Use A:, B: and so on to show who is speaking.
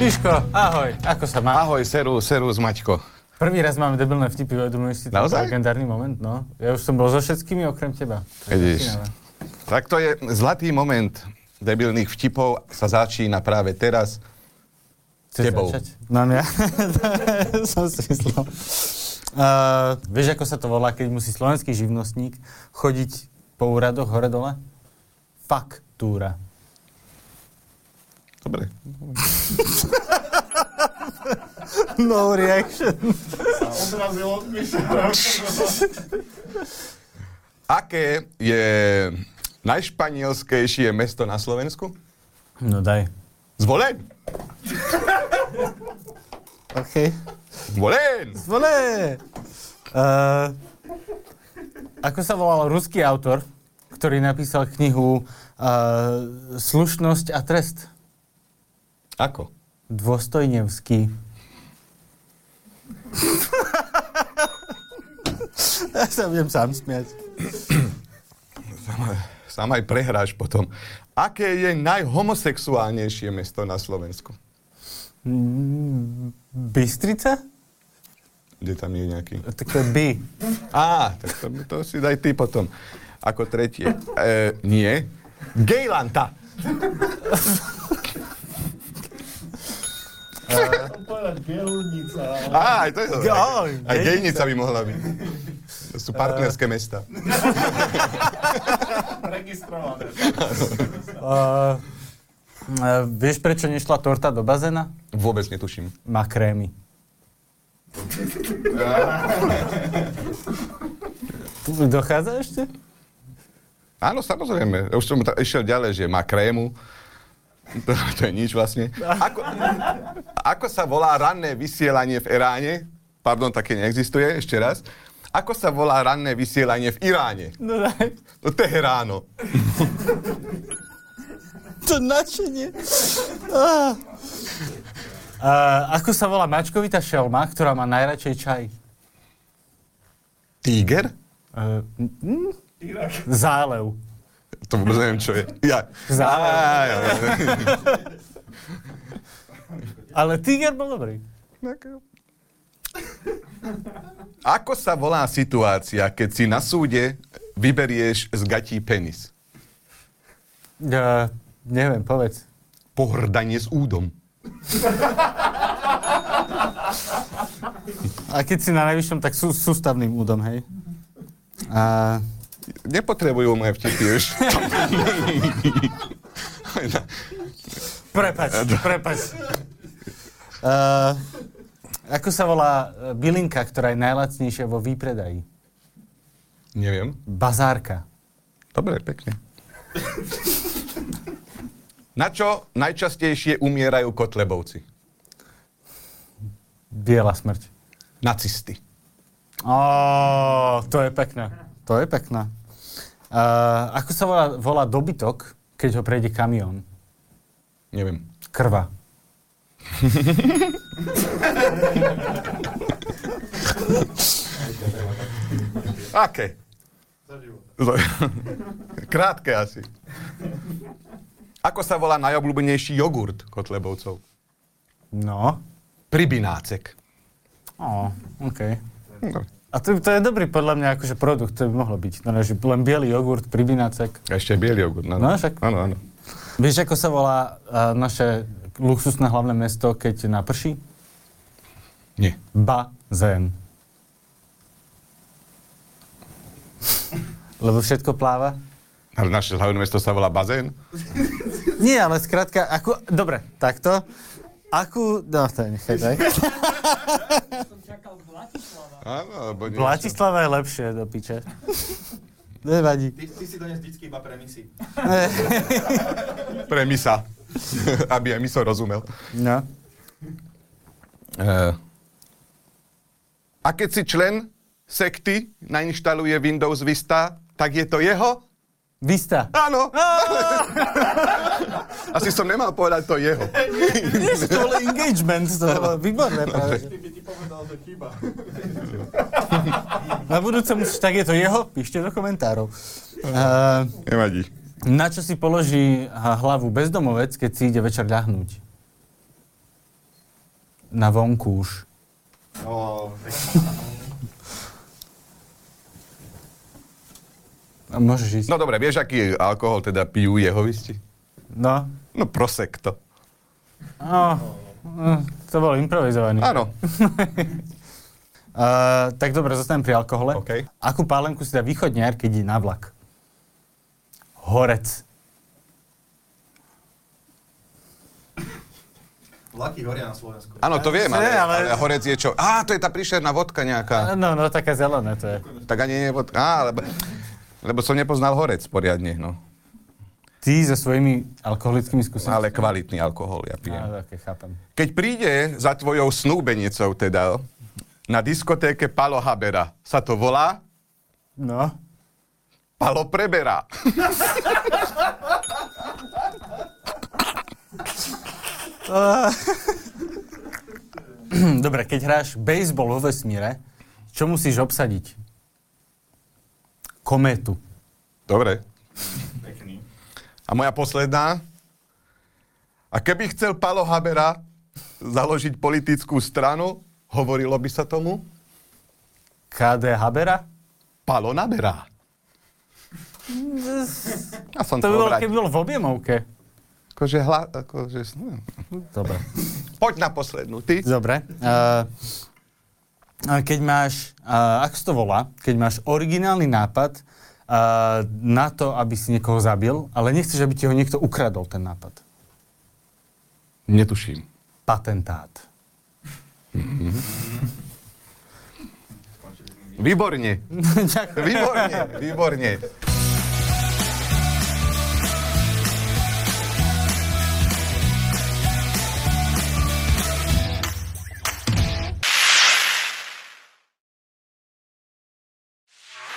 A: Miško, ahoj, ako sa má?
B: Ahoj, seru, serus, Maťko.
A: Prvý raz máme debilné vtipy, uvedomujú si to
B: Naozaj?
A: legendárny moment, no. Ja už som bol so všetkými okrem teba. To je
B: Vidíš.
A: zaujímavé.
B: Tak to je zlatý moment debilných vtipov sa začína práve teraz.
A: Chceš
B: Tebou.
A: začať? Mám ja? som si myslel. Uh, vieš, ako sa to volá, keď musí slovenský živnostník chodiť po úradoch hore-dole? Faktúra.
B: Dobre.
A: No reaction.
B: Aké je najšpanielskejšie mesto na Slovensku?
A: No daj.
B: Zvolen!
A: OK.
B: Zvolen!
A: Vole! Uh, ako sa volal ruský autor, ktorý napísal knihu uh, Slušnosť a trest?
B: Ako?
A: Dôstojnevský. ja sa budem sám smiať.
B: Sám aj prehráš potom. Aké je najhomosexuálnejšie mesto na Slovensku?
A: Bystrica?
B: Kde tam je nejaký?
A: Tak to je by.
B: Á, tak to, to si daj ty potom. Ako tretie. E, nie. Gejlanta.
C: Povedať Bielnica.
B: Á, aj to je dobré.
A: Jo,
B: Aj
A: gejnica.
B: gejnica by mohla byť. To sú partnerské mesta.
C: Registrované.
A: Uh, uh, vieš, prečo nešla torta do bazéna?
B: Vôbec netuším.
A: Má krémy. Dochádza ešte?
B: Áno, samozrejme. Už som ta- išiel ďalej, že má krému. To, to je nič vlastne. Ako, ako sa volá ranné vysielanie v Iráne? Pardon, také neexistuje, ešte raz. Ako sa volá ranné vysielanie v Iráne?
A: No daj.
B: No Teheráno.
A: To načenie. A Ah. ako sa volá mačkovita šelma, ktorá má najradšej čaj?
B: Tiger?
A: Uh, zálev.
B: To vôbec neviem, čo je. Ja.
A: Zálev.
B: Á, ja.
A: Ale tiger bol dobrý.
B: Ako sa volá situácia, keď si na súde vyberieš z gatí penis?
A: Uh, neviem, povedz.
B: Pohrdanie s údom.
A: A keď si na najvyššom, tak sú sústavným údom, hej? Ah. A
B: Nepotrebujú moje vtipy už.
A: prepač, prepač. Uh, ako sa volá e, bylinka, ktorá je najlacnejšia vo výpredaji?
B: Neviem.
A: Bazárka.
B: Dobre, pekne. Na čo najčastejšie umierajú kotlebovci?
A: Biela smrť.
B: Nacisti.
A: Ó, to je pekné. To je pekné. Uh, ako sa volá, volá dobytok, keď ho prejde kamión?
B: Neviem.
A: Krva.
B: Aké? Za- Krátke asi. Ako sa volá najobľúbenejší jogurt kotlebovcov?
A: No.
B: Pribinácek.
A: Ó,
B: No,
A: OK.
B: Dobre.
A: A to, to je dobrý podľa mňa akože produkt, to by mohlo byť. No, že len biely jogurt, pribinácek.
B: A ešte aj bielý jogurt. No,
A: No, však.
B: Áno, áno.
A: Vieš, ako sa volá uh, naše luxusné hlavné mesto, keď naprší?
B: Nie.
A: Bazén. Lebo všetko pláva?
B: Ale naše hlavné mesto sa volá bazén.
A: Nie, ale skrátka, ako... Dobre, takto. Akú... No, to je nechaj, daj.
B: Áno, alebo nie.
A: Bratislava je lepšie, do piče. Nevadí.
D: Ty, ty si dones vždycky iba premisy.
B: Pre misa. Aby aj miso rozumel.
A: No.
B: Uh. A keď si člen sekty nainštaluje Windows Vista, tak je to jeho?
A: Vista.
B: Áno. Asi som nemal povedať to jeho.
A: Vieš, to bolo engagement, to bolo výborné práve. že.
D: Ty by ti povedal, že chyba.
A: Na budúce musíš, tak je to jeho, píšte do komentárov. Uh,
B: Nevadí.
A: na čo si položí ha, hlavu bezdomovec, keď si ide večer ľahnúť? na vonkúš.
D: No, tak
A: A môžeš ísť.
B: No dobre, vieš, aký alkohol teda pijú jehovisti?
A: No.
B: No prosekto.
A: no. no. To bol improvizovaný.
B: Áno.
A: Uh, tak dobre, zostanem pri alkohole.
B: OK.
A: Akú pálenku si dá východňar, keď ide na vlak? Horec.
D: vlaky horia na Slovensku.
B: Áno, to viem, ale,
A: Ne, ale-
B: ale horec je čo? Á, to je tá príšerná vodka nejaká.
A: No, no, taká zelená to je.
B: Tak ani nie je vodka. Á, lebo, lebo som nepoznal horec poriadne, no.
A: Ty so svojimi alkoholickými skúsenostiami.
B: Ale kvalitný alkohol ja pijem.
A: Á, také, chápem.
B: Keď príde za tvojou snúbenicou teda na diskotéke Palo Habera, sa to volá
A: No.
B: Palo Prebera.
A: Dobre, keď hráš baseball vo vesmíre, čo musíš obsadiť? Kométu.
B: Dobre.
D: Pekný.
B: A moja posledná. A keby chcel Palo Habera založiť politickú stranu, hovorilo by sa tomu
A: KD Habera?
B: Palo Nabera. Ja som
A: To by bol,
B: obrátil.
A: keby bol v objemovke.
B: Akože hla... Akože... no.
A: Dobre.
B: Poď na poslednú, ty.
A: Dobre. Uh, keď máš, uh, ako sa to volá, keď máš originálny nápad uh, na to, aby si niekoho zabil, ale nechceš, aby ti ho niekto ukradol, ten nápad.
B: Netuším.
A: Patentát.
B: Výborne.
A: Ďakujem.
B: Výborne, výborne.